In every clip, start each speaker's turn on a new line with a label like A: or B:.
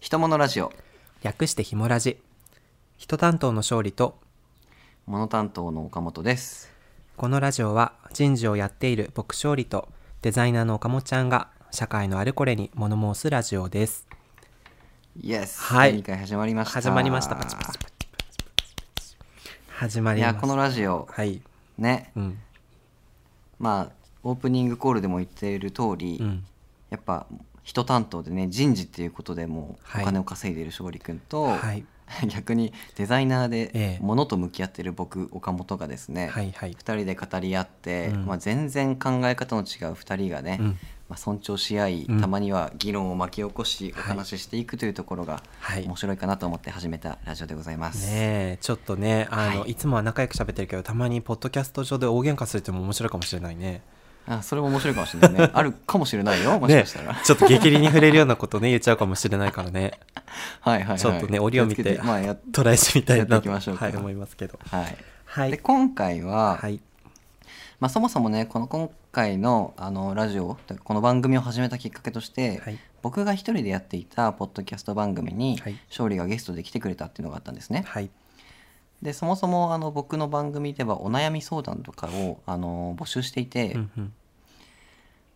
A: 人物ラジオ
B: 略してひもラジ人担当の勝利と
A: 物担当の岡本です
B: このラジオは人事をやっている僕勝利とデザイナーの岡本ちゃんが社会のあれこれに物申すラジオです
A: イエス
B: はい
A: 2回始まりました
B: 始まりましたパチパチパチパチパチ始ま
A: い
B: りま
A: や
B: した
A: このラジオ
B: はい
A: ね
B: うん
A: まあオープニングコールでも言っている通り、
B: うん
A: やっぱ人担当でね人事っていうことでもう
B: はい
A: お金を稼いでいる勝利君と、
B: はい
A: 逆にデザイナー
B: ええ
A: で物と向き合っている僕岡本がですね、
B: はいは
A: 2
B: い
A: 人で語り合って、
B: うん
A: まあ、全然考え方の違う2人がね、
B: うん
A: まあ、尊重し合い、
B: うん
A: たまには議論を巻き起こし、
B: はい
A: お話ししていくというところが
B: はい
A: 面白いかなと思って始めたラジオでございます。
B: ねえちょっとねあの、
A: はい
B: い、つもは仲良く喋ってるけどたまにポッドキャスト上で大喧嘩するっていうのも面白いかもしれないね
A: あそれも面白いかもしれ ないねあるかもしれないよもし
B: ね
A: かしたら。
B: ちょっと激励に触れるようなことね言っちゃうかもしれないからね
A: はいはいはい、
B: ちょっとね折を見
A: 気をつ
B: て
A: けまあや
B: トライしてみたい
A: や
B: な
A: っていきましょうか
B: はい、思いますけど
A: はい
B: は
A: で
B: い
A: 今回は、
B: はい
A: まあ、そもそもねこの今回のあのラジオこの番組を始めたきっかけとして、
B: はい
A: 僕が一人でやっていたポッドキャスト番組に、
B: はい
A: 勝利がゲストで来てくれたっていうのがあったんですね。
B: はい
A: でそもそもあの僕の番組ではお悩み相談とかをあの募集していて、
B: うんうん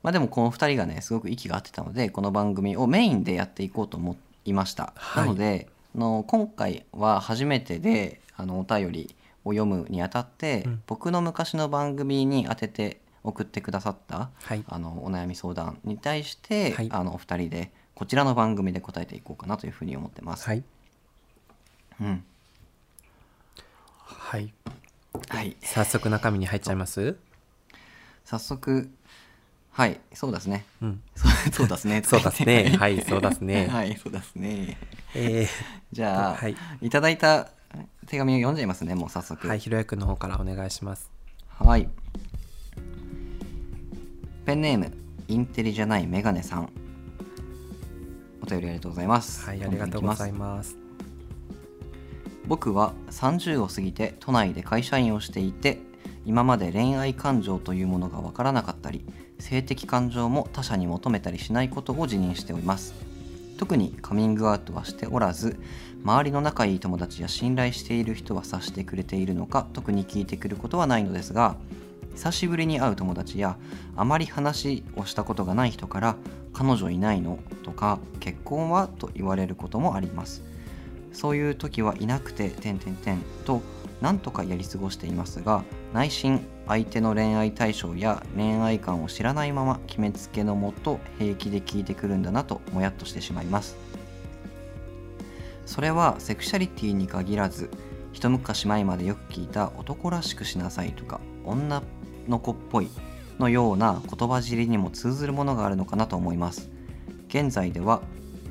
A: まあ、でもこの2人がねすごく息が合ってたのでこの番組をメインでやっていこうと思いました、
B: はい
A: なのであの今回は初めてであのお便りを読むにあたって、
B: うん
A: 僕の昔の番組に当てて送ってくださった
B: はい
A: あのお悩み相談に対して、
B: はい
A: あのお二人でこちらの番組で答えていこうかなというふうに思ってます。
B: はい
A: うん
B: はい
A: はい、
B: 早速中身に入っちゃいます
A: 早速はいそうですね
B: うん
A: そうそうですね。
B: そうで すねはいそうですね
A: はい、そうですね。
B: え
A: じ
B: ー、
A: ゃあ、
B: はいい、
A: ただいた手紙を読んじゃいますね、もう早速。
B: はい、ひろやくんの方からお願いします
A: はいペンネーム、インテリじゃないメガネさん。お便りありがとうございます。
B: はいありがとうござい
A: す。
B: ます
A: 僕は30を過ぎて都内で会社員をしていて、今まで恋愛感情というものがわからなかったり、性的感情も他者に求めたりしないことを自認しております。特にカミングアウトはしておらず周りの仲いい友達や信頼している人は察してくれているのか特に聞いてくることはないのですが久しぶりに会う友達やあまり話をしたことがない人から「彼女いないの?」とか「結婚は?」と言われることもありますそういう時はいなくて「てんてんてん」となんとかやり過ごしていますが内心相手の恋愛対象や恋愛観を知らないまま決めつけのもと平気で聞いてくるんだなともやっとしてしまいますそれはセクシャリティに限らず一昔前までよく聞いた男らしくしなさいとか女の子っぽいのような言葉尻にも通ずるものがあるのかなと思います現在では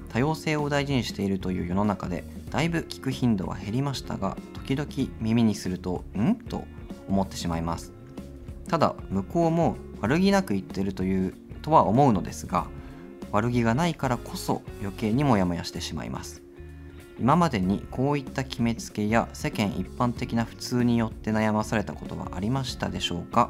A: 多様性を大事にしているという世の中でだいぶ聞く頻度は減りましたが時々耳にすると「ん?」と思ってしまいますただ向こうも悪気なく言ってるというとは思うのですが悪気がないからこそ余計にモヤモヤしてしまいます今までにこういった決めつけや世間一般的な普通によって悩まされたことはありましたでしょうか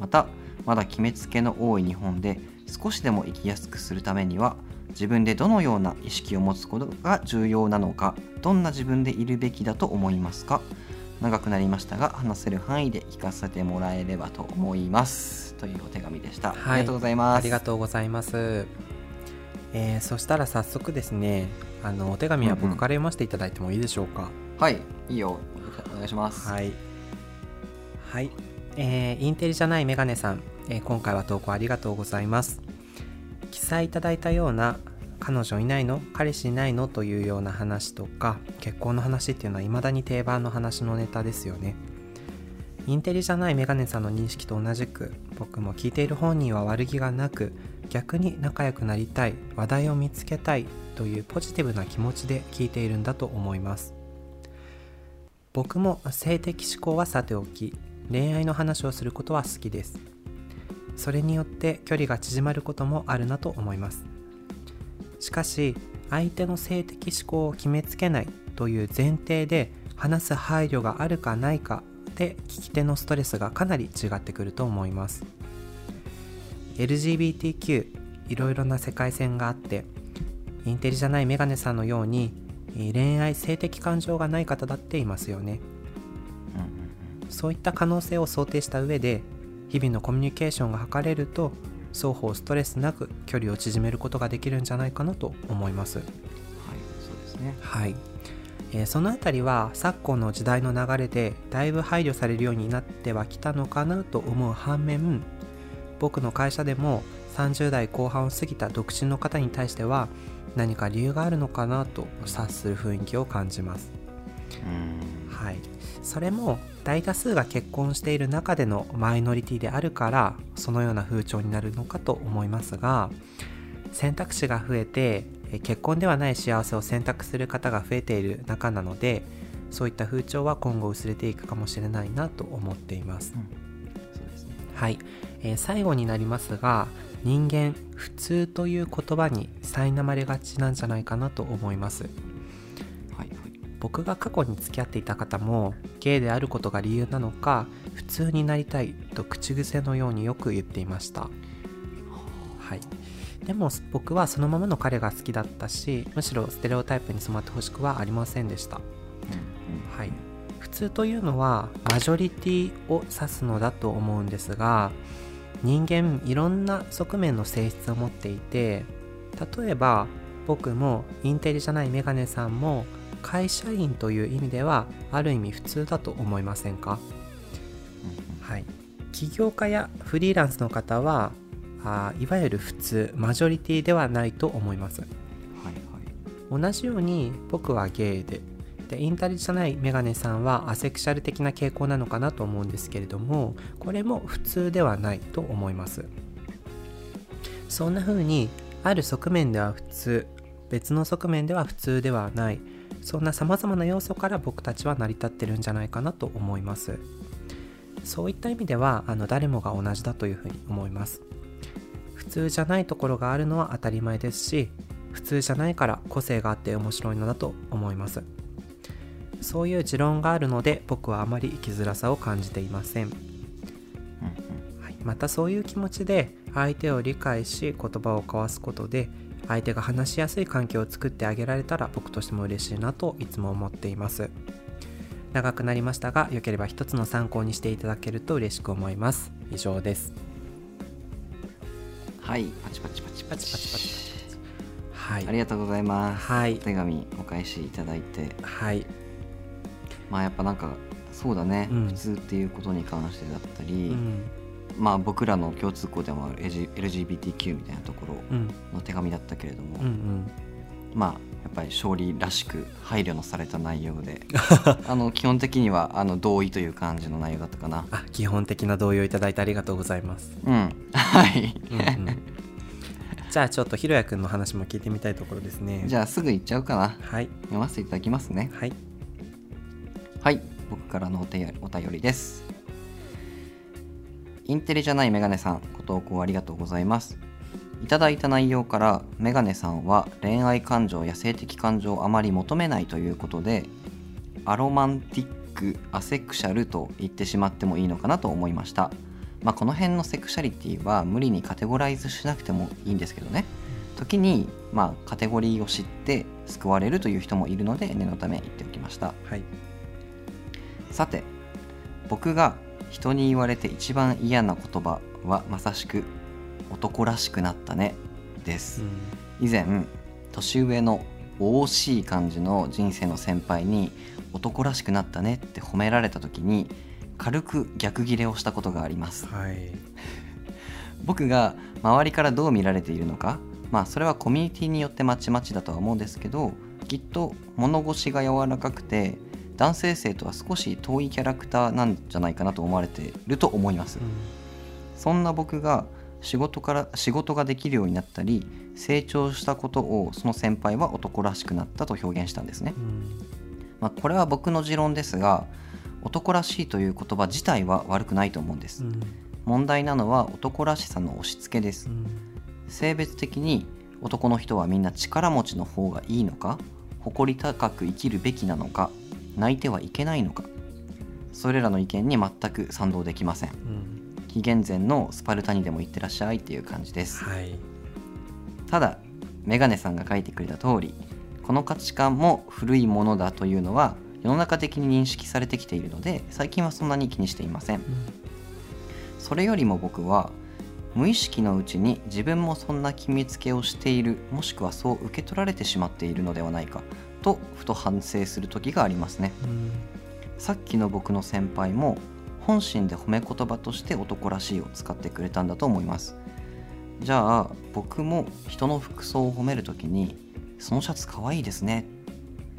A: またまだ決めつけの多い日本で少しでも生きやすくするためには自分でどのような意識を持つことが重要なのかどんな自分でいるべきだと思いますか長くなりましたが話せる範囲で聞かせてもらえればと思いますというお手紙でした、
B: い
A: ありがとうございます
B: ありがとうございますえー、そしたら早速ですねあのお手紙は僕から読ませていただいてもいいでしょうか、
A: はいいいよお願いします
B: はい。はい。えーインテリじゃないメガネさん、えー今回は投稿ありがとうございます。記載いただいたような彼女いないの彼氏いないのというような話とか結婚の話っていうのは未だに定番の話のネタですよね。インテリじゃないメガネさんの認識と同じく僕も聞いている本人は悪気がなく逆に仲良くなりたい話題を見つけたいというポジティブな気持ちで聞いているんだと思います。僕も性的指向はさておき恋愛の話をすることは好きですそれによって距離が縮まることもあるなと思いますしかし相手の性的指向を決めつけないという前提で話す配慮があるかないかで聞き手のストレスがかなり違ってくると思います LGBTQ いろいろな世界線があってインテリじゃないメガネさんのようにえー恋愛性的感情がない方だっていますよね
A: うんうん
B: そういった可能性を想定した上で日々のコミュニケーションが図れると双方ストレスなく距離を縮めることができるんじゃないかなと思います
A: はいそうですね
B: はい、えーそのあたりは昨今の時代の流れでだいぶ配慮されるようになってはきたのかなと思う反面僕の会社でも30代後半を過ぎた独身の方に対しては何か理由があるのかなと察する雰囲気を感じます
A: うん
B: はい、それも大多数が結婚している中でのマイノリティであるからそのような風潮になるのかと思いますが選択肢が増えてえ結婚ではない幸せを選択する方が増えている中なのでそういった風潮は今後薄れていくかもしれないなと思っています。
A: そうですね
B: はい、えー最後になりますが人間普通という言葉に苛まれがちなんじゃないかなと思います。
A: はいはい
B: 僕が過去に付き合っていた方もゲイであることが理由なのか普通になりたいと口癖のようによく言っていましたはいでも僕はそのままの彼が好きだったしむしろステレオタイプに染まってほしくはありませんでしたはい普通というのはマジョリティを指すのだと思うんですが人間いろんな側面の性質を持っていて例えば僕もインテリじゃないメガネさんも会社員という意味ではある意味普通だと思いませんかはい、起業家やフリーランスの方はあーいわゆる普通マジョリティではないと思います
A: うんうんはいはい
B: 同じように僕はゲイででインタリじゃないメガネさんはアセクシャル的な傾向なのかなと思うんですけれどもこれも普通ではないと思いますそんな風にある側面では普通別の側面では普通ではないそんな様々な要素から僕たちは成り立ってるんじゃないかなと思いますそういった意味ではあの誰もが同じだというふうに思います普通じゃないところがあるのは当たり前ですし普通じゃないから個性があって面白いのだと思いますそういう持論があるので僕はあまり生きづらさを感じていません、
A: うん
B: はい、またそういう気持ちで相手を理解し言葉を交わすことで相手が話しやすい環境を作ってあげられたら僕としても嬉しいなといつも思っています長くなりましたが良ければ一つの参考にしていただけると嬉しく思います以上です
A: うんはいパチパチパチパチ
B: パチパチは
A: あ
B: い
A: りがとうございます
B: はい
A: お手紙お返しいただいて
B: はい
A: まあやっぱなんかそうだね、
B: うん
A: 普通っていうことに関してだった
B: う
A: り、
B: ん
A: まあ僕らの共通項でもある LG LGBTQ みたいなところ
B: うん
A: の手紙だったけれども、
B: うんうん
A: まあやっぱり勝利らしく配慮のされた内容であの基本的にはあの同意という感じの内容だったかな
B: あ基本的な同意をいただいてありがとうございます。
A: うんはい、
B: うんうん、じゃあちょっとひろやくんの話も聞いてみたいところですね。
A: じゃあすぐ行っちゃうかな
B: はい
A: 読ませていただきますね
B: はい
A: はい僕からのお手お便りですインテリじゃないメガネさんご投稿ありがとうございますいただいた内容からメガネさんは恋愛感情や性的感情をあまり求めないということでアロマンティックアセクシャルと言ってしまってもいいのかなと思いましたまあこの辺のセクシャリティは無理にカテゴライズしなくてもいいんですけどね時にまあカテゴリーを知って救われるという人もいるので念のため言っておきました
B: はい
A: さて僕が人に言われて一番嫌な言葉はまさしく「男らしくなったね」です以前年上の惜しい感じの人生の先輩に「男らしくなったね」って褒められた時に軽く逆ギレをしたことがあります
B: はい
A: 僕が周りからどう見られているのかまあそれはコミュニティによってまちまちだとは思うんですけどきっと物腰が柔らかくて男性性とは少し遠いキャラクターなんじゃないかなと思われてると思いますそんな僕が仕事から仕事ができるようになったり成長したことをその先輩は男らしくなったと表現したんですね
B: う、ん
A: まあ、これは僕の持論ですが男らしいという言葉自体は悪くないと思うんです
B: うん
A: 問題なのは男らしさの押し付けです
B: うん
A: 性別的に男の人はみんな力持ちの方がいいのか誇り高く生きるべきなのか泣いてはいけないのかそれらの意見に全く賛同できません
B: うん
A: 紀元前のスパルタにでも行ってらっしゃいっていう感じです
B: はい
A: ただメガネさんが書いてくれた通りこの価値観も古いものだというのは世の中的に認識されてきているので最近はそんなに気にしていませんそれよりも僕は無意識のうちに自分もそんな決めつけをしているもしくはそう受け取られてしまっているのではないかとふと反省する時がありますね
B: うん
A: さっきの僕の先輩も本心で褒め言葉として男らしいを使ってくれたんだと思いますじゃあ僕も人の服装を褒める時に「そのシャツかわいいですね」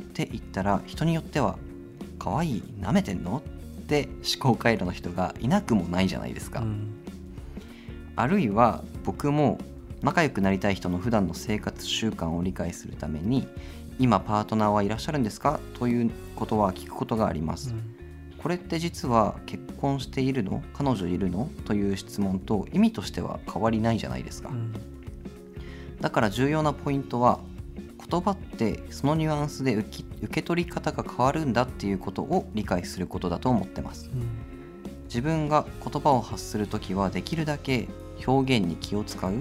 A: って言ったら人によっては「かわいいなめてんの?」って思考回路の人がいなくもないじゃないですか、
B: うん
A: あるいは僕も仲良くなりたい人の普段の生活習慣を理解するために今パートナーはいらっしゃるんですかということは聞くことがあります、これって実は結婚しているの彼女いるのという質問と意味としては変わりないじゃないですか、
B: うん
A: だから重要なポイントは言葉ってそのニュアンスで受け受け取り方が変わるんだっていうことを理解することだと思ってます
B: うん
A: 自分が言葉を発するときはできるだけ表現に気を使う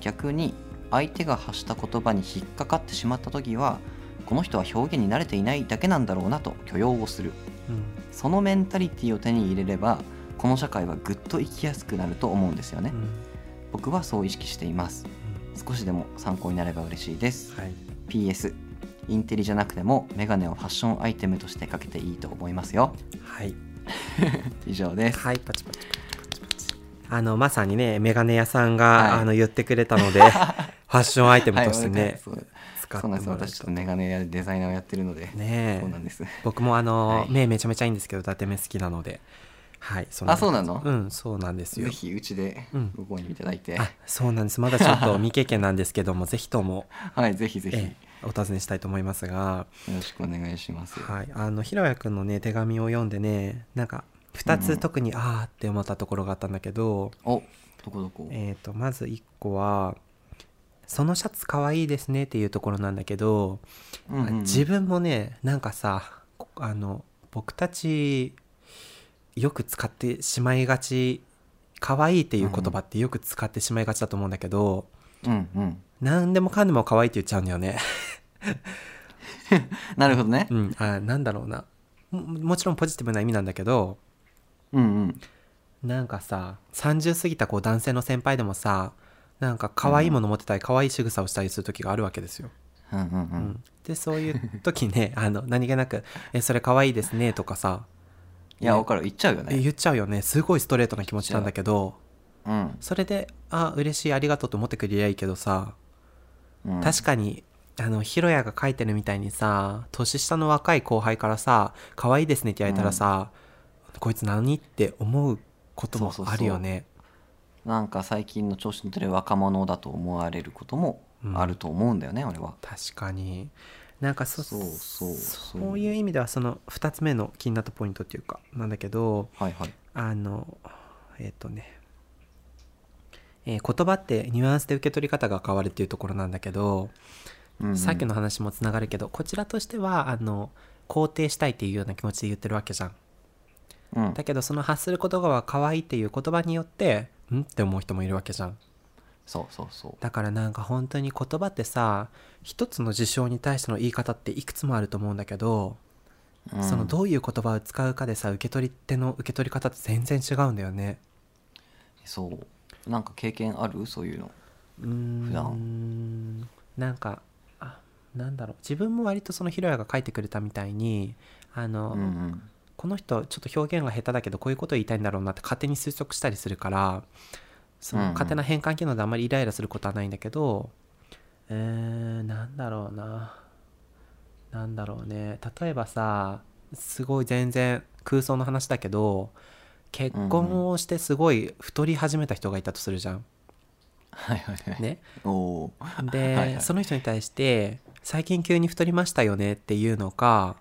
A: 逆に相手が発した言葉に引っかかってしまったときはこの人は表現に慣れていないだけなんだろうなと許容をする
B: うん
A: そのメンタリティを手に入れればこの社会はぐっと生きやすくなると思うんですよね
B: うん
A: 僕はそう意識しています少しでも参考になれば嬉しいです
B: はい
A: PS インテリじゃなくてもメガネをファッションアイテムとしてかけていいと思いますよ
B: はい
A: 以上です
B: はい、パチパチパチパチパチ。あの、まさにね、メガネ屋さんが、
A: はい
B: あの言ってくれたので、ファッションアイテムとして
A: はい
B: ね、
A: そう
B: 使っ
A: そ
B: て
A: う
B: も
A: な
B: ら
A: んです私
B: え
A: ちょっとメガネやデザイナーをやってるので、
B: と。ね
A: そうなん
B: え。
A: です
B: 僕もあの、
A: はい
B: 目めちゃめちゃいいんですけど、伊達目好きなので。はい、そ
A: あそうなの
B: うん、そうなんです
A: ぜ
B: よ。
A: ひうちで
B: うん
A: ご購入いただいて、
B: あ、そうなんです。まだちょっと未経験なんですけど も、ぜひとも、
A: はいぜひぜひ
B: ええお尋ねしたいと思いますが、
A: よろしくお願いします、
B: はい、あの、ひろやくんのね、手紙を読んでね、なんか、二
A: う
B: つ
A: ん
B: 特に、あーって思ったところがあったんだけど、
A: おどこどこ
B: えー、とまず1個は「そのシャツかわいいですね」っていうところなんだけど、
A: うんうんうん
B: 自分もねなんかさこあの僕たちよく使ってしまいがち「かわいい」っていう言葉ってよく使ってしまいがちだと思うんだけど、
A: うんうん
B: 何でもかんでもかわいいって言っちゃうんだよね。
A: なるほどね
B: うん、 あなんだろうなももちろんポジティブな意味なんだけど
A: うんうん
B: なんかさ30過ぎたこう男性の先輩でもさなんか可愛いもの持ってたり可愛い仕草をしたりする時があるわけですよ。
A: うんうんう
B: うんん、でそういう時ねあの何気なく「えそれ可愛いですね」とかさ
A: いや分かる言っちゃうよ
B: え
A: ね
B: 言っちゃうよねすごいストレートな気持ちなんだけど
A: うん、
B: それで「あ嬉しいありがとう」と思ってくれりゃいいけどさ
A: うん、
B: 確かにあのヒロヤが書いてるみたいにさ年下の若い後輩からさ「可愛いですね」って言われたらさ、こいつ何って思うこともあるよね。
A: なんか最近の調子に乗ってる若者だと思われることもあると思うんだよね、俺は
B: 確かになんかそ
A: そうそうそう
B: そういう意味ではその2つ目の気になったポイントっていうかなんだけど
A: はいはい
B: あのえっ、とね、えー言葉ってニュアンスで受け取り方が変わるっていうところなんだけど、
A: うんうん
B: さっきの話もつながるけどこちらとしてはあの肯定したいっていうような気持ちで言ってるわけじゃん
A: うん
B: だけどその発する言葉は可愛いっていう言葉によってんって思う人もいるわけじゃん
A: そうそうそう
B: だからなんか本当に言葉ってさ一つの事象に対しての言い方っていくつもあると思うんだけど、
A: うん
B: そのどういう言葉を使うかでさ受け取り手の受け取り方って全然違うんだよね
A: そうなんか経験あるそういうの
B: うーん
A: 普
B: なんかあなんだろう自分も割とそのヒロヤが書いてくれたみたいにあの、
A: うんうん
B: この人ちょっと表現が下手だけどこういうことを言いたいんだろうなって勝手に推測したりするからそ
A: うんう
B: の
A: ん
B: 勝手な変換機能であんまりイライラすることはないんだけど、えー、なんだろうななんだろうね例えばさすごい全然空想の話だけど結婚をしてすごい太り始めた人がいたとするじゃん。
A: はいはいはい、
B: ね、
A: おお ー
B: で、
A: はいはい
B: その人に対して「最近急に太りましたよね」っていうのか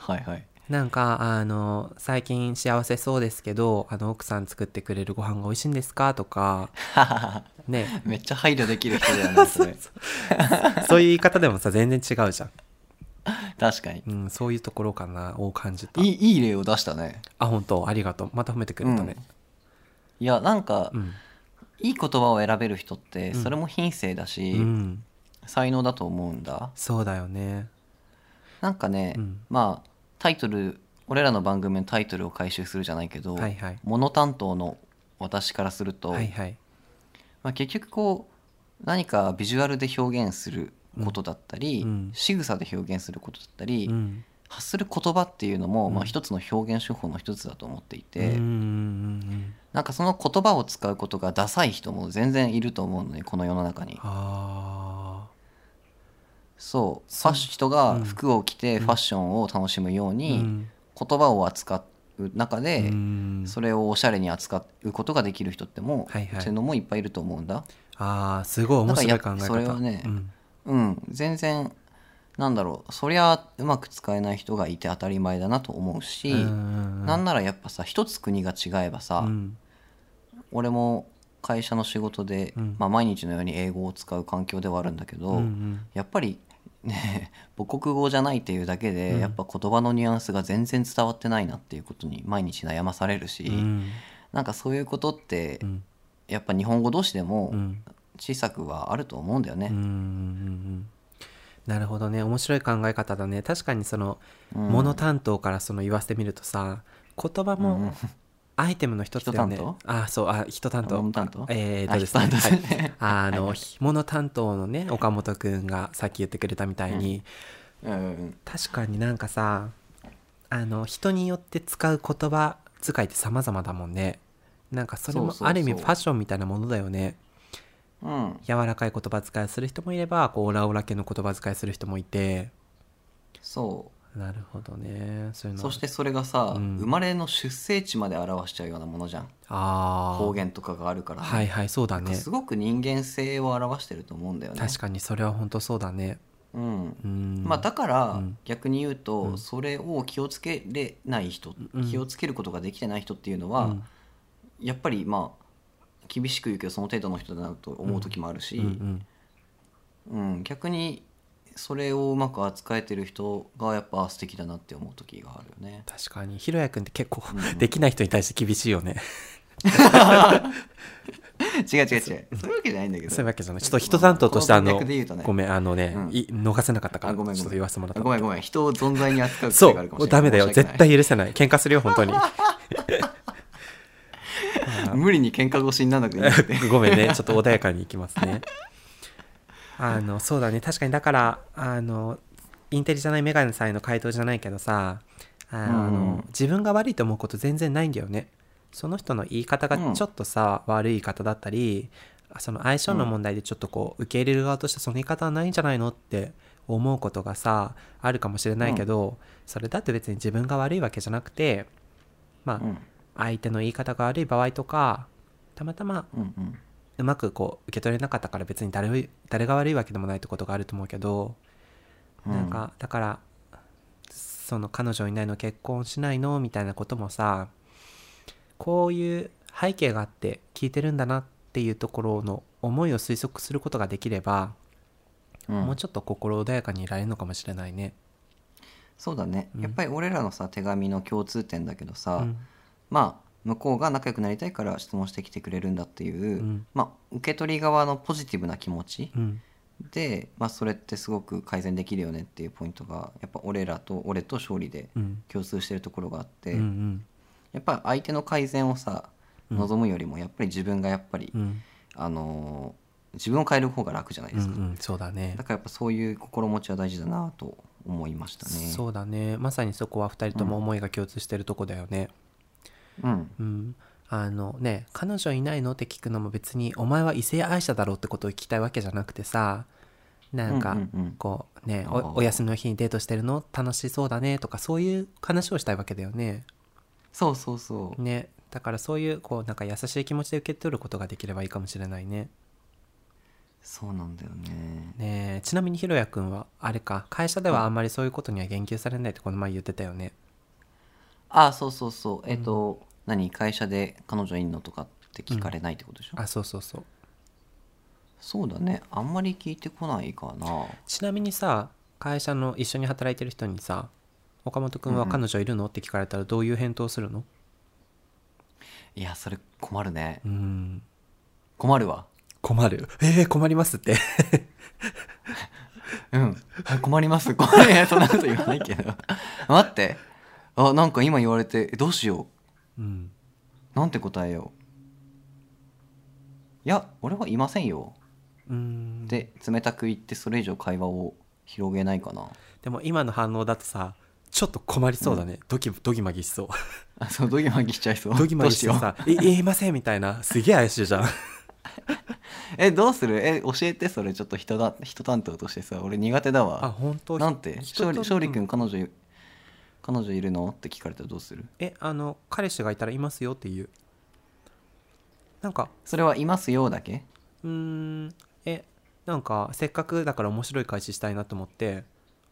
A: はいはい
B: なんかあの最近幸せそうですけどあの奥さん作ってくれるご飯が美味しいんですかとかね
A: めっちゃ配慮できる人だよ ねそれ
B: そういう言い方でもさ全然違うじゃん、
A: 確かに
B: うん、そういうところかなを感じた
A: いいいい例を出したね
B: あ本当ありがとうまた褒めてくれたね
A: いやなんか、
B: うん
A: いい言葉を選べる人って
B: うん
A: それも品性だし、
B: うん
A: 才能だと思うんだ
B: そうだよね
A: なんかね、
B: うん
A: まあタイトル俺らの番組のタイトルを回収するじゃないけど、
B: はいはい
A: モノ担当の私からすると、
B: はいはい
A: まあ、結局こう何かビジュアルで表現することだったり、
B: うんうん
A: 仕草で表現することだったり、
B: うん
A: 発する言葉っていうのも、
B: うん
A: まあ、一つの表現手法の一つだと思っていて、
B: うんうんうんうん
A: なんかその言葉を使うことがダサい人も全然いると思うのねこの世の中に。
B: あ
A: そうフ
B: そ
A: ァ
B: う
A: ッション人が
B: うん
A: 服を着てファッションを楽しむよう
B: ー
A: に、
B: うん
A: 言葉を扱う中
B: う
A: で、
B: ん
A: それをおしゃれに扱うことができる人っても、
B: はいはい
A: っていうのもいっぱいいると思うんだ。
B: あーすごい面白い考
A: な
B: え
A: んか
B: 方
A: やそれはね
B: うん
A: うん、全然なんだろうそりゃうまく使えない人がいて当たり前だなと思うし、
B: うんうんうん
A: なんならやっぱさ一つ国が違えばさ、
B: うん
A: 俺も会社の仕事で、
B: うん
A: まあ、毎日のように英語を使う環境ではあるんだけど、
B: うんうん
A: やっぱり ね母国語じゃないっていうだけで、
B: うん
A: やっぱ言葉のニュアンスが全然伝わってないなっていうことに毎日悩まされるし、
B: うん
A: なんかそういうことって、
B: うん
A: やっぱ日本語同士で
B: う
A: も
B: ん
A: 小さくはあると思うんだよ
B: うんうん
A: ね。
B: うんなるほどね面白い考え方だね確かにその
A: うん
B: 物担当からその言わせてみるとさ言葉
A: うんうん
B: もアイテムの一つだよね、
A: 人担
B: あそうあ人担当
A: 物担当
B: えー
A: あ
B: とですね
A: 人担当ですね
B: はい、あのひ物担当のね岡本くんがさっき言ってくれたみたいに、
A: うん
B: 確かになんかさあの人によって使う言葉遣いって様々だもんねなんかそれも
A: そうそうそう
B: ある意味ファッションみたいなものだよね
A: うん、
B: 柔らかい言葉遣いする人もいればこうオラオラ系の言葉遣いする人もいて
A: そ
B: なるほどねそういう
A: う
B: の
A: そしてそれがさ、
B: うん
A: 生まれの出生地まで表しちゃうようなものじゃん
B: ああ
A: 方言とかがあるからね、
B: はいはいそうだね
A: すごく人間性を表してると思うんだよね
B: 確かにそれは本当そうだね
A: うん
B: うん
A: まあ、だから
B: うん
A: 逆に言うと、
B: うん
A: それを気をつけれない人、
B: うん
A: 気をつけることができてない人っていうの
B: う
A: は、
B: ん
A: やっぱりまあ厳しく言うけどその程度の人だなと思う時もあるし、
B: うんう
A: う
B: ん
A: ん逆にそれをうまく扱えてる人がやっぱ素敵だなって思う時があるよ ね。
B: 確かにひろやくんって結構、
A: うん
B: できない人に対して厳しいよね
A: 違う違う違うそういうわけじゃないんだけど
B: そういうわけじゃないちょっと人担当としてあ
A: こ
B: の
A: 文脈で言うとね
B: ごめんあのね、
A: うん
B: い逃せなかったから
A: あごめんごめん
B: ちょっと言わせてもらった
A: ごめんごめん人を存在に扱う
B: そ
A: 癖
B: う
A: があるか
B: も
A: も
B: う
A: しれな
B: ダ
A: い
B: メだよ
A: 申し
B: 絶
A: 訳ない
B: 対許せない喧嘩するよ本当に
A: 無理に喧嘩腰にならなくていいんだって
B: ごめんねちょっと穏やかにいきますねあのそうだね確かにだからあのインテリじゃないメガネさんへの回答じゃないけどさあの、
A: うん
B: 自分が悪いと思うこと全然ないんだよねその人の言い方がちょっとさ、悪い言い方だったりその相性の問題でちょっとこう受け入れる側としてその言い方はないんじゃないのって思うことがさあるかもしれないけど、それだって別に自分が悪いわけじゃなくてまあ、
A: うん
B: 相手の言い方が悪い場合とかたまたま
A: うんうん
B: うまくこう受け取れなかったから別に誰を誰が悪いわけでもないってことがあると思うけど、
A: うん
B: なんかだからその彼女いないの結婚しないのみたいなこともさこういう背景があって聞いてるんだなっていうところの思いを推測することができれば、
A: うん
B: もうちょっと心穏やかにいられるのかもしれないね。
A: そうだね、
B: うん
A: やっぱり俺らのさ手紙の共通点だけどさ、
B: うん
A: まあ向こうが仲良くなりたいから質問してきてくれるんだっていう、
B: うん
A: まあ、受け取り側のポジティブな気持ち
B: うん
A: で、まあ、それってすごく改善できるよねっていうポイントがやっぱ俺らと俺と勝利で
B: うん
A: 共通してるところがあって、
B: うんうん
A: やっぱり相手の改善をさ
B: うん
A: 望むよりもやっぱり自分がやっぱり、
B: うん
A: あのー自分を変える方が楽じゃないですか、
B: うんうんそうだね
A: だからやっぱそういう心持ちは大事だなと思いましたね。
B: そうだねまさにそこは2人とも思いが共通してるとこだよね
A: うん
B: うん、あのね彼女いないのって聞くのも別にお前は異性愛者だろうってことを聞きたいわけじゃなくてさなんか
A: うんうんうん
B: こうね、
A: あー
B: おお休みの日にデートしてるの楽しそうだねとかそういう話をしたいわけだよね
A: そうそうそう、
B: ねだからそういうこうなんか優しい気持ちで受け取ることができればいいかもしれないね
A: そうなんだよね。
B: ねえちなみにひろやくんはあれか会社ではあんまりそういうことには言及されないってこの前言ってたよね
A: あそうそうそうえっ、と、何会社で彼女いんのとかって聞かれないってことでしょ、
B: あそうそうそう
A: そうだねあんまり聞いてこないかな
B: ちなみにさ会社の一緒に働いてる人にさ「岡本君は彼女いるの?」って聞かれたらどういう返答するの
A: いやそれ困るね
B: うん
A: 困るわ
B: 困る。えー、困りますって。
A: うん。 困ります。困る。そんなこと言わないけど。 待って。あ、なんか今言われて、えどうしよ
B: うん。
A: う。なんて答えよう。いや、俺はいませんよ。
B: うーんで
A: で、冷たく言って、それ以上会話を広げないかな。
B: も今の反応だとさ、ちょっと困りそうだね。ドキドギマギしそう。
A: あ、そう、ドギマギしちゃいそう。
B: ドギマ
A: どう
B: ギし
A: してよう。
B: さ、え、言いませんみたいな。すげえ怪しいじゃん。
A: え、どうするえ、教えて、それ、ちょっと人だ、人担当としてさ、俺苦手だ
B: あ、
A: わ。
B: 本当
A: なんて、
B: 人
A: 勝
B: と
A: 利、勝利君、彼女い、彼女いるのって聞かれたらどうする
B: え、あの、彼氏がいたらいますよっていう。なんか、
A: それはいますよだけ
B: うーん、え、なんか、せっかくだから面白い開始したいなと思って、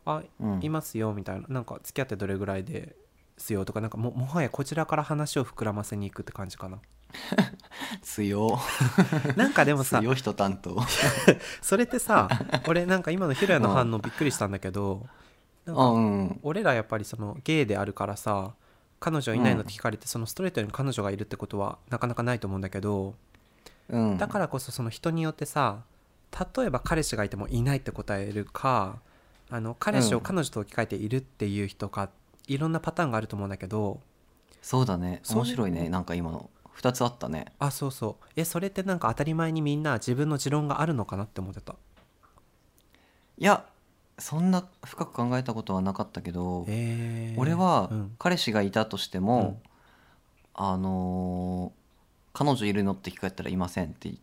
B: あ、
A: うん。
B: いますよみたいななんか付き合ってどれぐらいですよとかなんかももはやこちらから話を膨らませに行くって感 じかな
A: 強。
B: なんかでもさ
A: 強人担当。
B: それって さ俺なんか今のひろやの反応びっくりしたんだけどなん
A: あ、
B: か
A: うん。
B: 俺らやっぱりそのゲイであるからさ彼女いないのって聞かれてそのストレートに彼女がいるってことはなかなかないと思うんだけど
A: うん。
B: だからこそその人によってさ例えば彼氏がいてもいないって答えるかあの彼氏
A: う
B: を
A: ん
B: 彼女と置き換えているっていう人かいろんなパターンがあると思うんだけど
A: そうだね。
B: そう
A: 面白いね。なんか今の。二つあったね。
B: あそうそうえそれってなんか当たり前にみんな自分の持論があるのかなって思ってた
A: いや、そんな深く考えたことはなかったけど、
B: えー
A: 俺は
B: うん
A: 彼氏がいたとしても、あのー彼女いるのって聞かれたらいませんって言い、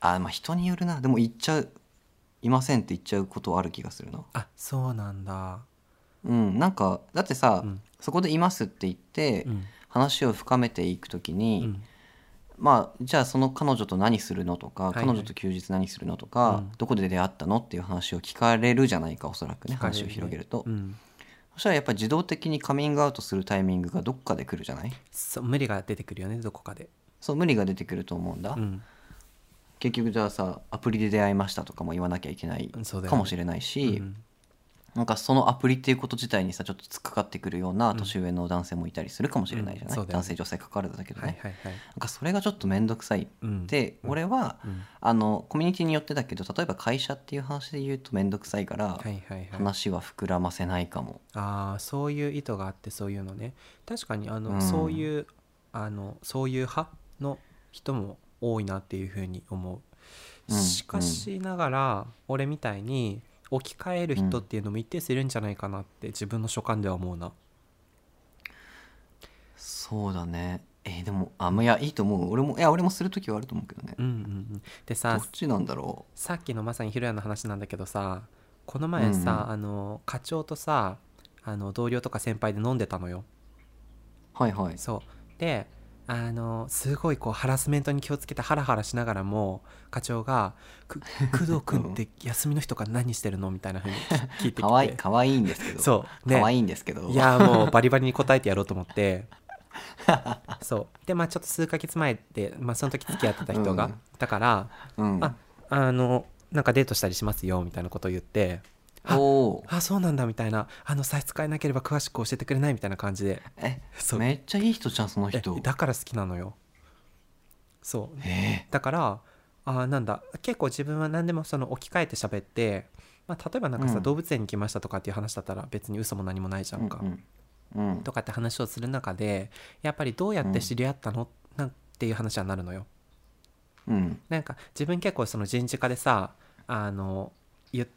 A: あ、まあ人によるな。でも言っちゃう、いませんって言っちゃうことはある気がするな。
B: あそうなんだ
A: うん。なんか、だってさ、
B: うん
A: そこでいますって言って、
B: うん
A: 話を深めていくときに、
B: うん
A: まあ、じゃあその彼女と何するのとか、
B: はいはい
A: 彼女と休日何するのとか、
B: うん
A: どこで出会ったのっていう話を聞かれるじゃないかおそらくね
B: 聞かれるね
A: 話を広げると、
B: うん
A: そしたらやっぱり自動的にカミングアウトするタイミングがどっかで来るじゃない
B: そう無理が出てくるよねどこかで
A: そう無理が出てくると思うんだ、
B: うん
A: 結局じゃあさアプリで出会いましたとかも言わなきゃいけない
B: そうだよね
A: かもしれないし、
B: うん
A: なんかそのアプリっていうこと自体にさちょっと突っかかってくるような年上の男性もいたりするかもしれないじゃない、
B: うんそうだよね
A: 男性女性関わらずだけどね、
B: はいはいはい
A: なんかそれがちょっと面倒くさい
B: うん
A: で、俺は、
B: うん
A: あのコミュニティによってだけど例えば会社っていう話で言うと面倒くさいから、
B: はいはいはい
A: 話は膨らませないかも
B: ああそういう意図があってそういうのね確かにあの、
A: うん
B: そういうあのそういう派の人も多いなっていうふうに思う
A: うん
B: しかしながら俺みたいに置き換える人っていうのも一定数いるんじゃないかなって自分の所感では思うな
A: そうだねえーでもあんまいやいいと思う俺もいや俺もする時はあると思うけどね
B: うんうんうんで
A: ど
B: さ
A: っちなんだろ
B: さっきのまさにひろやの話なんだけどさこの前さ、
A: うんう
B: あの課長とさあの同僚とか先輩で飲んでたのよ
A: うはいはい
B: そうであのすごいこうハラスメントに気をつけてハラハラしながらも課長が「く工藤君 って休みの日とか何してるの?」みたいなふうに聞いてきて
A: かわいかわいいんです けど
B: そう
A: かわいいんですけど
B: いやーもうバリバリに答えてやろうと思ってそうでまあちょっと数ヶ月前で、まあ、その時付き合ってた人が、
A: うん
B: だから
A: うん
B: ああのなんかデートしたりしますよみたいなことを言ってあ
A: おー
B: あそうなんだみたいなあの差し支えなければ詳しく教えてくれないみたいな感じで
A: え
B: そう
A: めっちゃいい人じゃんその
B: え
A: 人
B: だから好きなのよそう
A: え
B: だからあーなんだ結構自分は何でもその置き換えて喋って、まあ、例えばなんかさ、
A: うん
B: 動物園に来ましたとかっていう話だったら別に嘘も何もないじゃ
A: ー
B: んか、
A: うんうんうん
B: とかって話をする中でやっぱりどうやって知り合ったの、なんていう話はなるのよ
A: うん
B: なんか自分結構その人事課でさあのゆ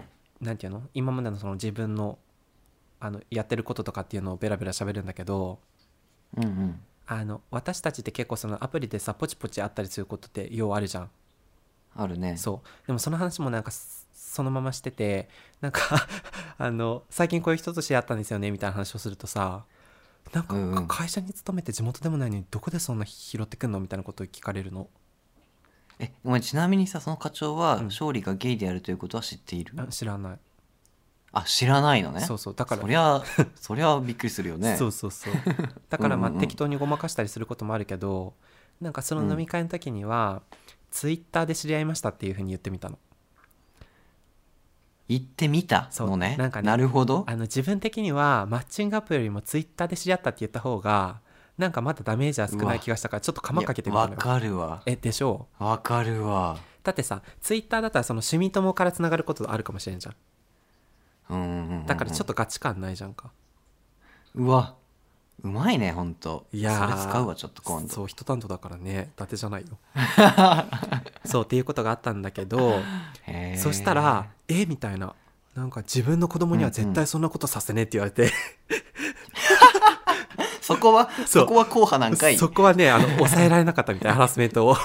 B: なんていうの今までのその自分のあのやってることとかっていうのをベラベラ喋るんだけど
A: うんうん
B: あの私たちって結構そのアプリでさポチポチあったりすることってようあるじゃん
A: あるね
B: そうでもその話もなんかそそのまましててなんか あの最近こういう人と知り合ったんですよねみたいな話をするとさなんか
A: うんうん
B: 会社に勤めて地元でもないのにどこでそんな拾ってくんのみたいなことを聞かれるの
A: えお前ちなみにさその課長は、
B: うん
A: 勝利がゲイであるということは知っている
B: あ知らない
A: あ知らないのね
B: そうそうだから
A: そりゃそりゃびっくりするよね
B: そうそ うそうだからまあ
A: うんうんうん
B: 適当にごまかしたりすることもあるけどなんかその飲み会の時には、ツイッターで知り合いましたっていうふうに言ってみたの
A: 行ってみた
B: そう
A: のね
B: な
A: なん
B: かね
A: るほど
B: あの自分的にはマッチングアプリよりもツイッターで知り合ったって言った方がなんかまだダメージは少ない気がしたからちょっと
A: い
B: 釜
A: や
B: かけてみた
A: わ
B: のよ
A: かるわ
B: えでしょう
A: わかるわ
B: だってさツイッターだったらその趣味友からつながることあるかもしれんじゃん
A: うんうんうんうん
B: だからちょっとガチ感ないじゃんか、
A: うわうまいねほんと
B: いやー
A: それ使うわちょっと今度
B: そう一担当だからね伊達じゃない よそうっていうことがあったんだけど
A: へー
B: そしたら「えみたいななんか自分の子供には絶対そんなことさせねえって言われて、
A: そこは
B: そ う
A: そこは硬派なんかい
B: そこはね あの抑えられなかったみたいなハラスメントを。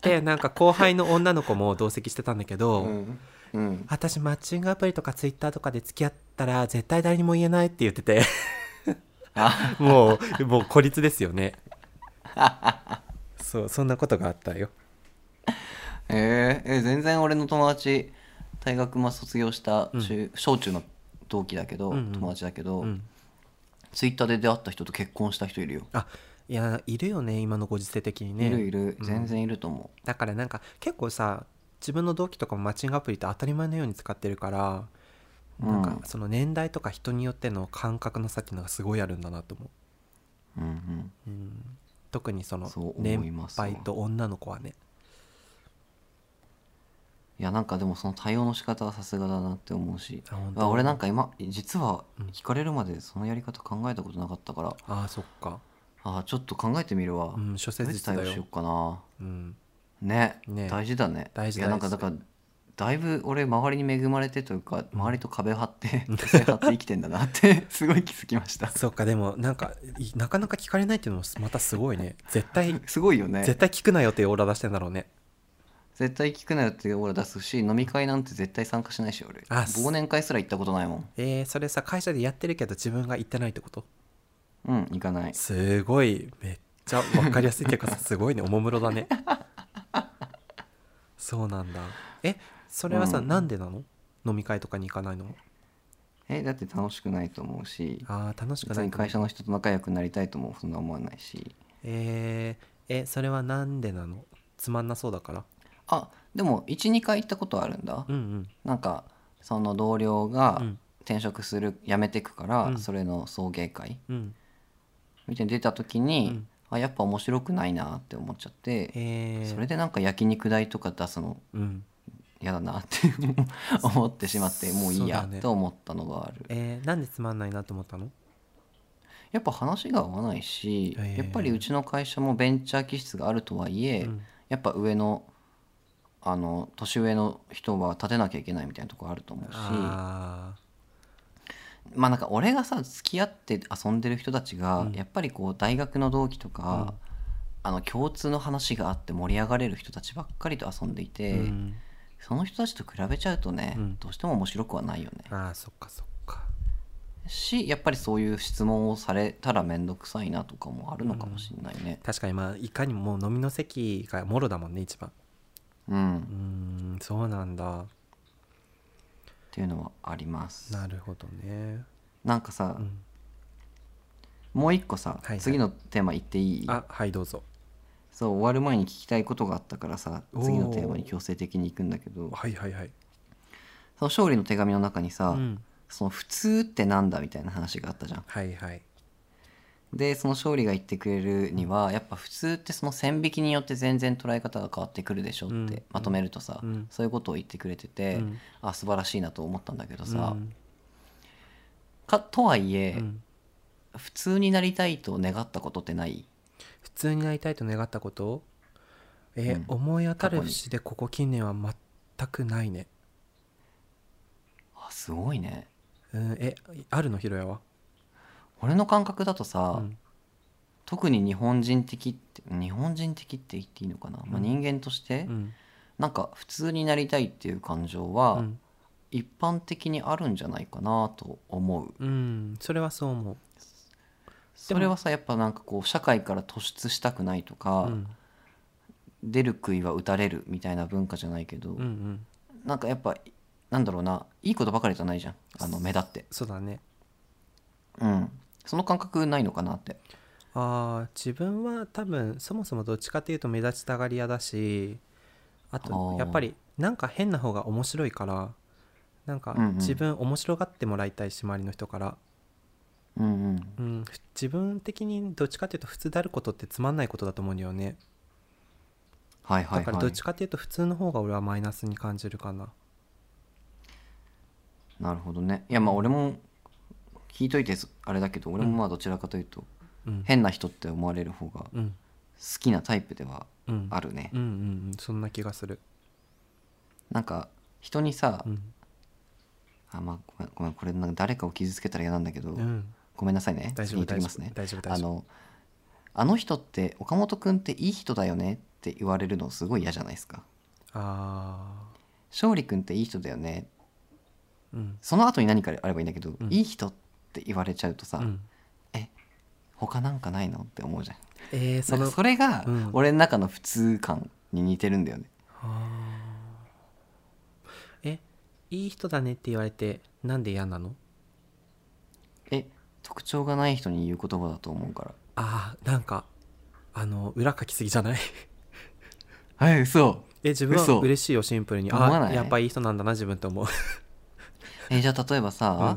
B: でなんか後輩の女の子も同席してたんだけど、
A: うんうん、
B: 私マッチングアプリとかツイッターとかで付き合ったら絶対誰にも言えないって言ってて
A: あ
B: もうもう孤立ですよねそうそんなことがあったよ
A: えーえ全然俺の友達大学まあ卒業した中、小中の同期だけど、
B: うんうん
A: 友達だけど、
B: うん
A: ツイッターで出会った人と結婚した人いるよ、
B: あいやいるよね今のご時世的にね
A: いるいる
B: うん
A: 全然いると思
B: だからなんか結構さ自分の同期とかもマッチングアプリって当たり前のように使ってるから
A: う、
B: なん
A: う
B: かその年代とか人によっての感覚の差っていうのがすごいあるんだなと思う、
A: うんうん
B: うん特にその
A: そう思い
B: 年
A: ますわ
B: 配と女の子はね
A: いやなんかでもその対応の仕方はさすがだなって思うし
B: あ本当
A: あ俺なんか今実は
B: うん
A: 聞かれるまでそのやり方考えたことなかったから、
B: ああそっか
A: あちょっと考えてみるわ、
B: うん諸
A: どう
B: 説
A: やって対
B: だ
A: 応しよ
B: よ、
A: うかな
B: うん、
A: ね
B: ね
A: 大事だね
B: 大事
A: いやなんか
B: 大事
A: だからだいぶ俺周りに恵まれてというか周りと壁張 って壁張って生きてんだなってすごい気づきました
B: そっかでもなんかいなかなか聞かれないっていうのもまたすごいね 絶対
A: すごいよね
B: 絶対聞くなよっていうオーラ出してんだろうね
A: 絶対聞くなよってオーラ出すし飲み会なんて絶対参加しないし俺
B: あ
A: 忘年会すら行ったことないもん
B: えー、それさ会社でやってるけど自分が行ってないってこと
A: うん行かない
B: すごいめっちゃ分かりやすいっていうかさすごいねおもむろだねそうなんだえそれはさ、
A: うん
B: なんでなの飲み会とかに行かないの
A: えだって楽しくないと思うし
B: あー楽しく
A: 別
B: ない
A: に
B: か
A: 会社の人と仲良くなりたいともそんな思わないし
B: えー、えそれはなんでなのつまんなそうだから
A: あでも12回行ったことあるんだ
B: うんうん
A: なんかその同僚が
B: うん
A: 転職する辞めてくから、
B: うん
A: それの送迎会
B: うん
A: みたいに出た時に、
B: うん
A: あやっぱ面白くないなって思っちゃって、
B: えー、
A: それでなんか焼肉代とか出すの
B: うん
A: 嫌だなって思ってしまってもういい
B: そう
A: や
B: だね
A: と思ったのがある、
B: えー、なんでつまんないなと思ったの
A: やっぱ話が合わないし、
B: へー
A: やっぱりうちの会社もベンチャー気質があるとはいえ、
B: うん
A: やっぱ上のあの年上の人は立てなきゃいけないみたいなとこあると思うし
B: あ
A: まあなんか俺がさ付き合って遊んでる人たちが、
B: うん
A: やっぱりこう大学の同期とか、あの共通の話があって盛り上がれる人たちばっかりと遊んでいて、
B: ー、うん、
A: その人たちと比べちゃうとね、
B: うん
A: どうしても面白くはないよね
B: あーそっかそっか
A: しやっぱりそういう質問をされたら面倒くさいなとかもあるのかもしれないね
B: 確かにまあいかにももう飲みの席がもろだもんね一番
A: うん、
B: うー
A: っ
B: んそうなんだ
A: ていうのはあります
B: なるほどね、
A: なんかさ、
B: うん、
A: もう一個さ、
B: はいはい
A: 次のテーマ言っていい
B: あはいどうぞ
A: そう終わる前に聞きたいことがあったからさ
B: おー
A: 次のテーマに強制的に行くんだけど
B: はいはいはい
A: その勝利の手紙の中にさ、
B: うん、
A: その普通ってなんだみたいな話があったじゃん。
B: はいはい
A: でその勝利が言ってくれるにはやっぱ普通ってその線引きによって全然捉え方が変わってくるでしょって、
B: うん
A: まとめるとさ、
B: うん
A: そういうことを言ってくれてて、
B: うん
A: あ素晴らしいなと思ったんだけどさ、
B: うん
A: かとはいえ、
B: うん
A: 普通になりたいと願ったことってない
B: 普通になりたいと願ったことえー
A: うん
B: 思い当たる
A: 過去に
B: 節でここ近年は全くないね、
A: あすごいね
B: うん、えあるのひろやは、
A: 俺の感覚だとさ、
B: うん
A: 特に日本人的って日本人的って言っていいのかな、まあ、
B: うん
A: 人間として、
B: うん
A: なんか普通になりたいっていう感情は、
B: うん
A: 一般的にあるんじゃないかなと思う
B: うん、それはそう思うでも
A: それはさやっぱなんかこう社会から突出したくないとか、
B: うん
A: 出る杭は打たれるみたいな文化じゃないけど、
B: うんうん
A: なんかやっぱなんだろうないいことばかりじゃないじゃんあの目立って
B: そうだね
A: うんその感覚ないのかなって
B: あー自分は多分そもそもどっちかっていうと目立ちたがり屋だしあ
A: あ
B: と
A: ー
B: やっぱりなんか変な方が面白いからなんか
A: うんうん
B: 自分面白がってもらいたいし周りの人から、
A: うんうん
B: うん、ふ自分的にどっちかっていうと普通であることってつまんないことだと思うんだよね
A: はいはい
B: だからど
A: は
B: っちかっていうと普通の方が俺はマイナスに感じるかな、
A: いなるほどねいやまあ俺も聞いといてすあれだけど俺もまあどちらかというと
B: うん、
A: 変な人って思われる方が好
B: うん
A: きなタイプでは
B: うん
A: あるね
B: うんうんうんそんな気がする
A: なんか人にさ
B: うん
A: あまあごめんごめんこれなんか誰かを傷つけたら嫌なんだけど
B: うん
A: ごめんなさいね
B: 大丈
A: 言
B: 夫
A: っと
B: 大
A: き
B: 丈
A: ますね
B: 夫大丈夫
A: あ
B: 大丈夫
A: のあの人って岡本君っていい人だよねって言われるのすごい嫌じゃないですか
B: あ
A: 勝利君っていい人だよね
B: ーうん
A: その後に何かあればいいんだけど、
B: うん
A: いい人って言われちゃうとさ、
B: うん
A: 他なんかないのって思うじゃん
B: えー、
A: そ
B: その
A: それが
B: うん
A: 俺の中の普通感に似てるんだよね、
B: あーえいい人だねって言われてなんで嫌なの
A: え特徴がない人に言う言葉だと思うか
B: あーなんかあの裏書きすぎじゃない
A: らえ嘘
B: え自分は
A: 嘘
B: 嬉しいよシンプルに
A: 思わ
B: あ
A: ない
B: やっぱいい人なんだな自分と思う
A: えじゃあ例えばさ、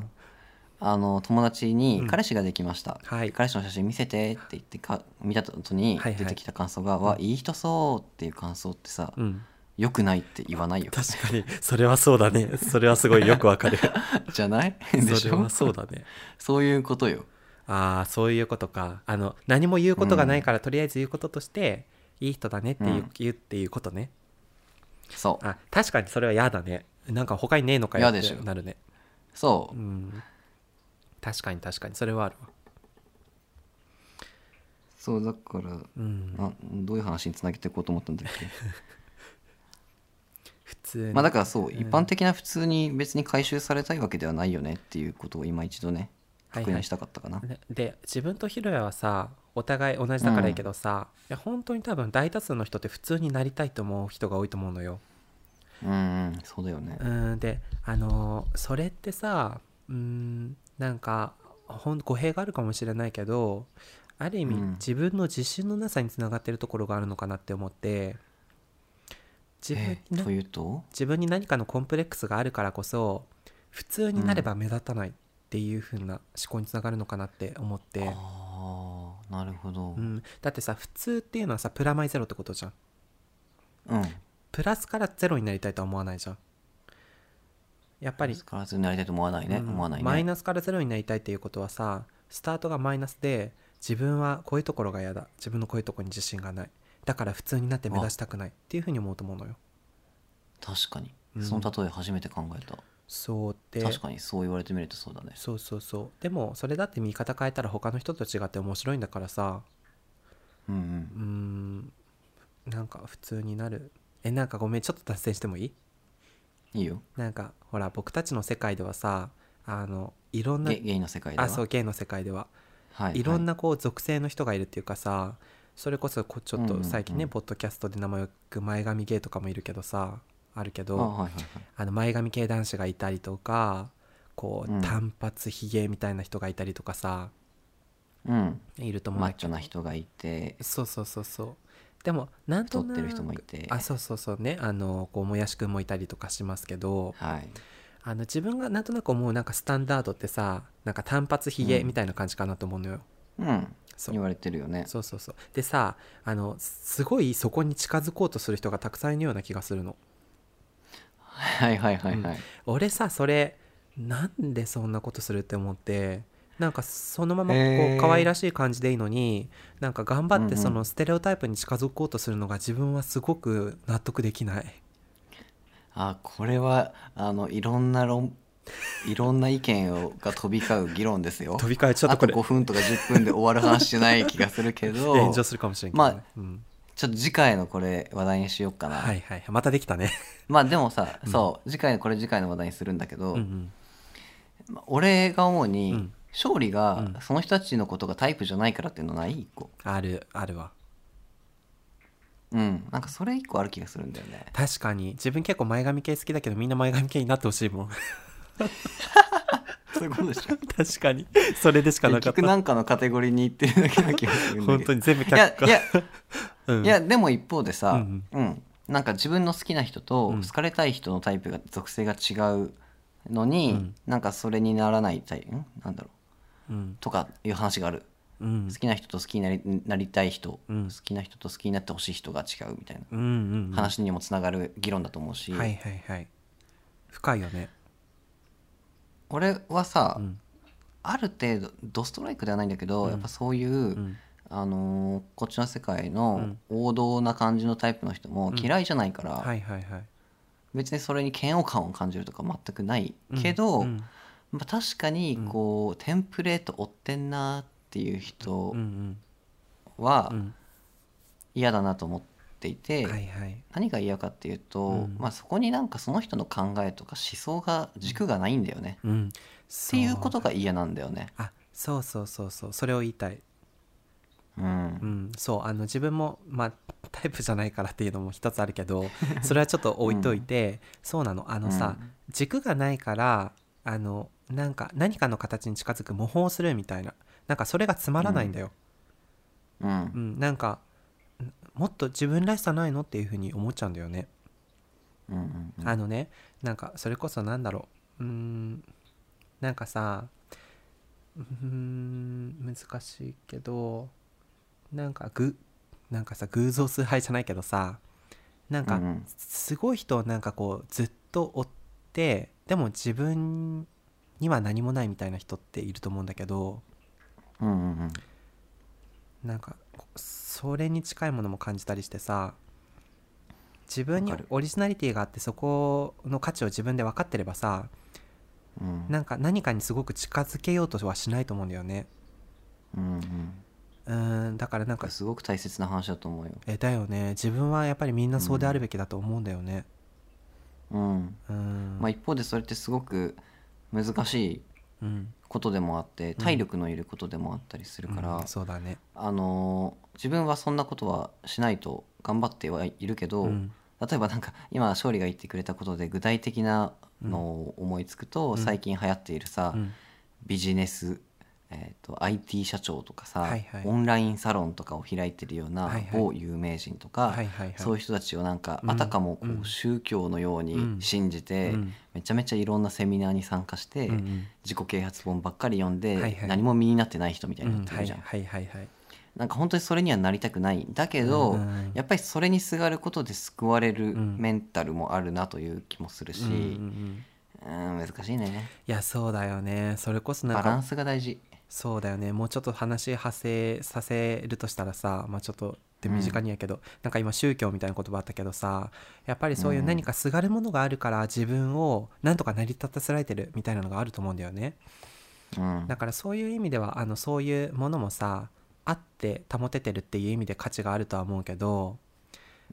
A: あの友達
B: う
A: に
B: ん
A: 「彼氏ができました」
B: はい
A: 彼氏の写真見せて」って言ってか見た後に
B: はいはい
A: 出てきた感想が「わいい人そう」っていう感想ってさ、
B: うん
A: 良くないって言わないよ
B: 確かにそれはそうだねそれはすごいよくわ かる
A: じゃないで
B: そ
A: し
B: れは
A: ょ
B: そうだね
A: そういうことよ
B: ああそういうことかあの何も言うことがないから、とりあえず言うこととしていい人だねっていう,、
A: うん
B: 言うっていうことね
A: そう
B: あ確かにそれは嫌だねなんか他にねえのかよっ
A: 嫌でしてょ
B: なるね
A: そううん
B: 確かに確かにそれはあるわ
A: そうだから
B: うん
A: などういう話につなげていこうと思ったんだっ け
B: 普通に
A: まあだからそう
B: うん
A: 一般的な普通に別に回収されたいわけではないよねっていうことを今一度ね
B: はいはい
A: 確認したかったかな、
B: ねで自分とヒロヤはさお互い同じだからいいけどさ、いや本当に多分大多数の人って普通になりたいと思う人が多いと思うのよ
A: うんうんそうだよね
B: うんであのーそれってさうんなんかほん語弊があるかもしれないけどある意味、
A: うん
B: 自分の自信のなさにつながってるところがあるのかなって思って自分
A: え
B: にな
A: というと
B: 自分に何かのコンプレックスがあるからこそ普通になれば目立たないっていう風な思考につながるのかなって思って、
A: ああなるほど
B: うんだってさ普通っていうのはさプラマイゼロってことじゃん
A: うん
B: プラスからゼロになりたいとは思わないじゃんやっぱり
A: 必ずになりたいと思わないね、
B: うん
A: 思わないね
B: マイナスからゼロになりたいっていうことはさスタートがマイナスで自分はこういうところが嫌だ自分のこういうところに自信がないだから普通になって目指したくないっていうふうに思うと思うのよ
A: 確かに、
B: うん
A: その例え初めて考えた
B: そうで
A: 確かにそう言われてみるとそうだね
B: そうそうそうでもそれだって見方変えたら他の人と違って面白いんだからさ
A: うんう
B: うー
A: ん
B: んなんか普通になるえなんかごめんちょっと脱線してもいい
A: いいよ
B: なんかほら僕たちの世界ではさあのいろんな
A: ゲゲイの世界では
B: あそうゲイの世界では
A: はい
B: いろん
A: な
B: なこう属性の人がいるっていうかさそれこそこうちょっ
A: うんうん
B: と
A: うん
B: 最近ねポッドキャストで名前を聞く前髪ゲイとかもいるけどさあるけ
A: あ
B: ど
A: はいはいはい
B: あの前髪系男子がいたりとかこ
A: うん
B: う短髪ひげみたいな人がいたりとかさ
A: うん
B: いると思うん
A: マ
B: だ
A: ッ
B: け
A: チョな人がいて
B: どそうそうそうそうでもなんと
A: 太っ
B: なく
A: てる人もいて
B: あそうそうそうねあのこうもやしくんもいたりとかしますけど
A: はい
B: あの自分がなんとなく思うなんかスタンダードってさなんか短髪ひげみたいな感じかなと思うのよ、
A: うん
B: そう
A: 言われてるよね
B: そうそうそうでさあのすごいそこに近づこうとする人がたくさんいるような気がするの
A: はいはいはいはい、
B: 俺さそれなんでそんなことするって思ってなんかそのままこ
A: へ
B: う
A: ー
B: 可愛らしい感じでいいのになんか頑張っ
A: うんう
B: て
A: ん
B: そのステレオタイプに近づこうとするのが自分はすごく納得でき ない
A: あこれはあのいろんな論いろんな意見をが飛び交う議論ですよ
B: 飛び交えちょっ
A: あ
B: とことれ
A: 5分とか10分で終わる話じゃない気がするけど
B: 炎上
A: ちょ
B: するかもしれんけど、ね
A: まあ
B: うん
A: っと次回のこれ話題にしようかな、
B: はいはいまたで きたね
A: まあでもさ、
B: うん
A: そう次回のこれ次回の話題にするんだけど、
B: うんうん
A: まあ俺が思うに、
B: うん
A: 勝利
B: う
A: が
B: ん
A: その人たちのことがタイプじゃないからっていうのない一個
B: あるあるわ
A: うんなんかそれ一個ある気がするんだよね
B: 確かに自分結構前髪系好きだけどみんな前髪系になってほしいもん
A: そういうことでしょ
B: 確かにそれでしかな
A: 結
B: かっ
A: 局
B: た
A: なんかのカテゴリーに行ってるだけな気がするんだ
B: 本
A: け
B: 当
A: ど
B: に全部却
A: いや
B: 下
A: いや
B: うん
A: いやでも一方でさ、
B: う
A: うんんなんか自分の好きな人と
B: うん
A: 好かれたい人のタイプが属性が違うのに、
B: うん
A: なんかそれにならないタイプんなんだろう
B: うん
A: とかいう話がある
B: うん
A: 好きな人と好きになりなりたい人、
B: うん
A: 好きな人と好きになってほしい人が違うみたいな
B: うんうんうん
A: 話にもつながる議論だと思うし、
B: はいはいはい深いよね
A: 俺はさ、
B: うん
A: ある程度ドストライクではないんだけど、
B: うん
A: やっぱそういう、
B: うん
A: あのーこっちの世界の王道な感じのタイプの人も嫌いじゃないから、
B: はいはいはい
A: 別にそれに嫌悪感を感じるとか全くないけど、
B: うんうん
A: まあ、確かにこう、テンプレート追ってんなっていう人
B: うん
A: は
B: うんうん
A: 嫌だなと思っていて、
B: はいはい
A: 何が嫌かっていうと、
B: うん
A: まあ、そこになんかその人の考えとか思想が軸がないんだよね、
B: うんっ
A: っていうことが嫌なんだよね。
B: あそうそうそうそうそれを言いたい
A: うん
B: うんそうあの自分もまあタイプじゃないからっていうのも一つあるけ どそれはちょっと置いといて、そうなのあのさ、
A: うん
B: 軸がないからあのなんか何かの形に近づく模倣するみたいななんかそれがつまらないんだよ、
A: うん
B: うんなんかんもっと自分らしさないのっていうふうに思っちゃうんだよね、
A: うんうんうん
B: あのねなんかそれこそなんだろううーんなんかさうーん難しいけどなんかぐなんかさ偶像崇拝じゃないけどさなんか
A: うんうん
B: すごい人をなんかこうずっと追ってでも自分には何もないみたいな人っていると思うんだけど
A: うんうんうん
B: なんかそれに近いものも感じたりしてさ自分に
A: わかる
B: オリジナリティがあってそこの価値を自分で分かってればさ
A: うん
B: なんか何かにすごく近づけようとはしないと思うんだよね
A: うんうん
B: うーんだからなん
A: こ
B: か
A: れすごく大切な話だと思うよ。
B: えだよね自分はやっぱりみんなそうであるべきだと思うんだよね
A: うん
B: うーん
A: まあ、一方でそれってすごく難しい
B: うん
A: ことでもあって体力のいることでもあったりするから、
B: うんそうだね
A: あのー自分はそんなことはしないと頑張ってはいるけど、
B: うん
A: 例えばなんか今勝利が言ってくれたことで具体的なのを思いつくと、
B: ん
A: 最近流行っているさ、
B: うん
A: ビジネス、えー、と IT 社長とかさ、
B: はいはい
A: オンラインサロンとかを開いてるような
B: はいはい
A: 某有名人とか、
B: はいはいはい
A: そういう人たちをなんか、
B: うん
A: あたかもこ
B: うん
A: う宗教のよう
B: う
A: に
B: ん
A: 信じて、
B: うん
A: めちゃめちゃいろんなセミナーに参加して、
B: うんうん
A: 自己啓発本ばっかり読んで、
B: はいはい
A: 何も身になってない人みたいに
B: う
A: なっ
B: ん
A: て
B: は
A: る
B: い
A: じゃん、
B: はいはいはい
A: なんか本当にそれにはなりたくないだけど、
B: うんうん
A: やっぱりそれにすがることで救われる
B: ん
A: メンタルもあるなという気もするし、う
B: うんうんうんん
A: 難しいね
B: いやそうだよねそれこそな
A: バ
B: ん
A: ラン
B: か
A: スが大事
B: そうだよねもうちょっと話派生させるとしたらさまあちょっとで身近にやけど、なんか今宗教みたいな言葉あったけどさやっぱりそういう
A: うん
B: 何かすがるものがあるから自分をなんとか成り立たせられてるみたいなのがあると思うんだよね
A: うん
B: だからそういう意味ではあのそういうものもさあって保ててるっていう意味で価値があるとは思うけど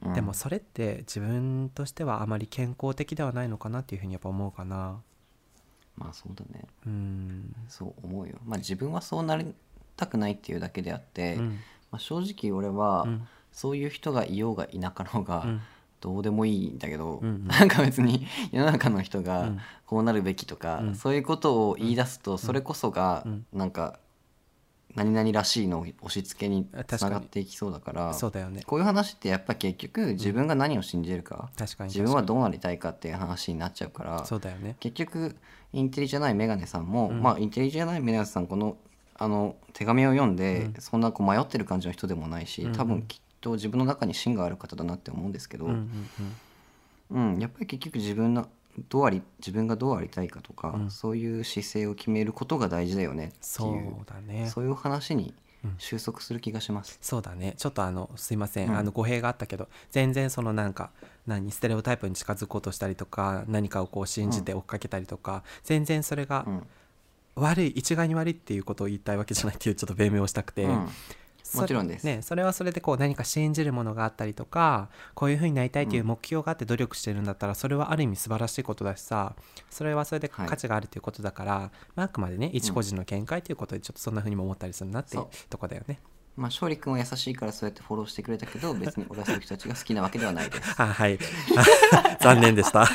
A: うん
B: でもそれって自分としてはあまり健康的ではないのかなっていうふうにやっぱ思うかな
A: まあそうだね
B: うん
A: そう思うよまあ自分はそうなりたくないっていうだけであって、
B: うん
A: まあ、正直俺は、
B: うん
A: そういう人がいようがいなかろうが、
B: うん
A: どうでもいいんだけど、
B: うんうん
A: なんか別に世の中の人
B: う
A: が
B: ん
A: こうなるべきとか、
B: うん
A: そういうことを言い出すと、それこそが
B: うん
A: なんか何々らしいのを押し付けに
B: あ確かに
A: つながっていきそうだから
B: そうだよね
A: こういう話ってやっぱ結局自分が何を信じるか、
B: 確かに
A: 自分はどうなりたいかっていう話になっちゃうから
B: そうだよね
A: 結局インテリじゃないメガネさんも、
B: うん
A: まあインテリじゃないメガネさんこのあの手紙を読んで、
B: うん
A: そんなこう迷ってる感じの人でもないし、
B: うんうん
A: 多分きっと自分の中に芯がある方だなって思うんですけど、
B: うんうんうん
A: うんやっぱり結局自分のどうあり自分がどうありたいかとか、
B: うん
A: そういう姿勢を決めることが大事だよねって
B: そ
A: いう
B: うだね
A: そういう話に
B: うん
A: 収束する気がします。
B: そうだねちょっとあのすいません、
A: うん
B: あの語弊があったけど全然そのなんか何ステレオタイプに近づこうとしたりとか何かをこう信じて追っかけたりとか、全然それが
A: うん
B: 悪い、一概に悪いっていうことを言いたいわけじゃないっていうちょっと弁明をしたくて、
A: うん
B: そ
A: もちろんです
B: ね、それはそれでこう何か信じるものがあったりとかこういうふうになりたいという目標があって努力してるんだったら、それはある意味素晴らしいことだしさそれはそれで
A: はい
B: 価値があるということだから、まあ、あくまでね一個人の見解ということでちょっとそんなふうにも思ったりするなってい
A: そ
B: う
A: う
B: とこだよね。
A: まあ勝利君は優しいからそうやってフォローしてくれた けど別に俺はそういう人たちが好きなわけではないです。
B: あはい。 残念でした。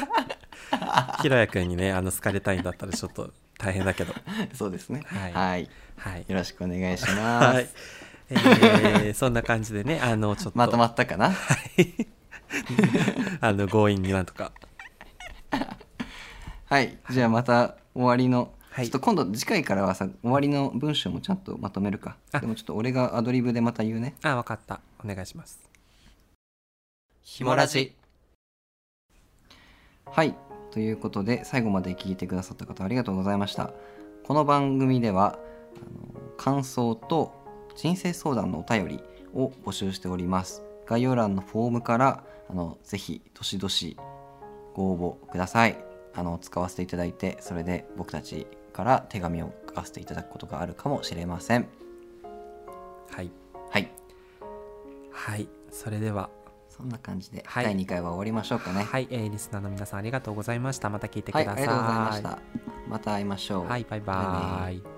B: ひろやくんにね、あの、好かれたいんだったらちょっと大変だけど。
A: そうですね。
B: はい
A: はい
B: はい。
A: よろしくお願いします。
B: はい。えー、そんな感じでね、あの、ちょっと、
A: まとまったかな
B: あの、強引になんとか。
A: はい。じゃあまた終わりの
B: はい
A: ちょっと今度次回からはさ終わりの文章もちゃんとまとめるか
B: あ
A: でもちょっと俺がアドリブでまた言うね
B: あわかったお願いします
A: ひもラジはいということで最後まで聞いてくださった方ありがとうございましたこの番組ではあの感想と人生相談のお便りを募集しております概要欄のフォームからあのぜひ年々ご応募くださいあの使わせていただいてそれで僕たちから手紙を書かせていただくことがあるかもしれません
B: はい
A: はい
B: はいそれでは
A: そんな感じで、
B: はい
A: 第2回は終わりましょうかね
B: はい、えーリスナーの皆さんありがとうございましたまた聞いてく
A: はい、
B: ださ
A: あ
B: い、
A: りがとうございました。また会いましょう。
B: はいバイ
A: バ
B: バ
A: イバ
B: イ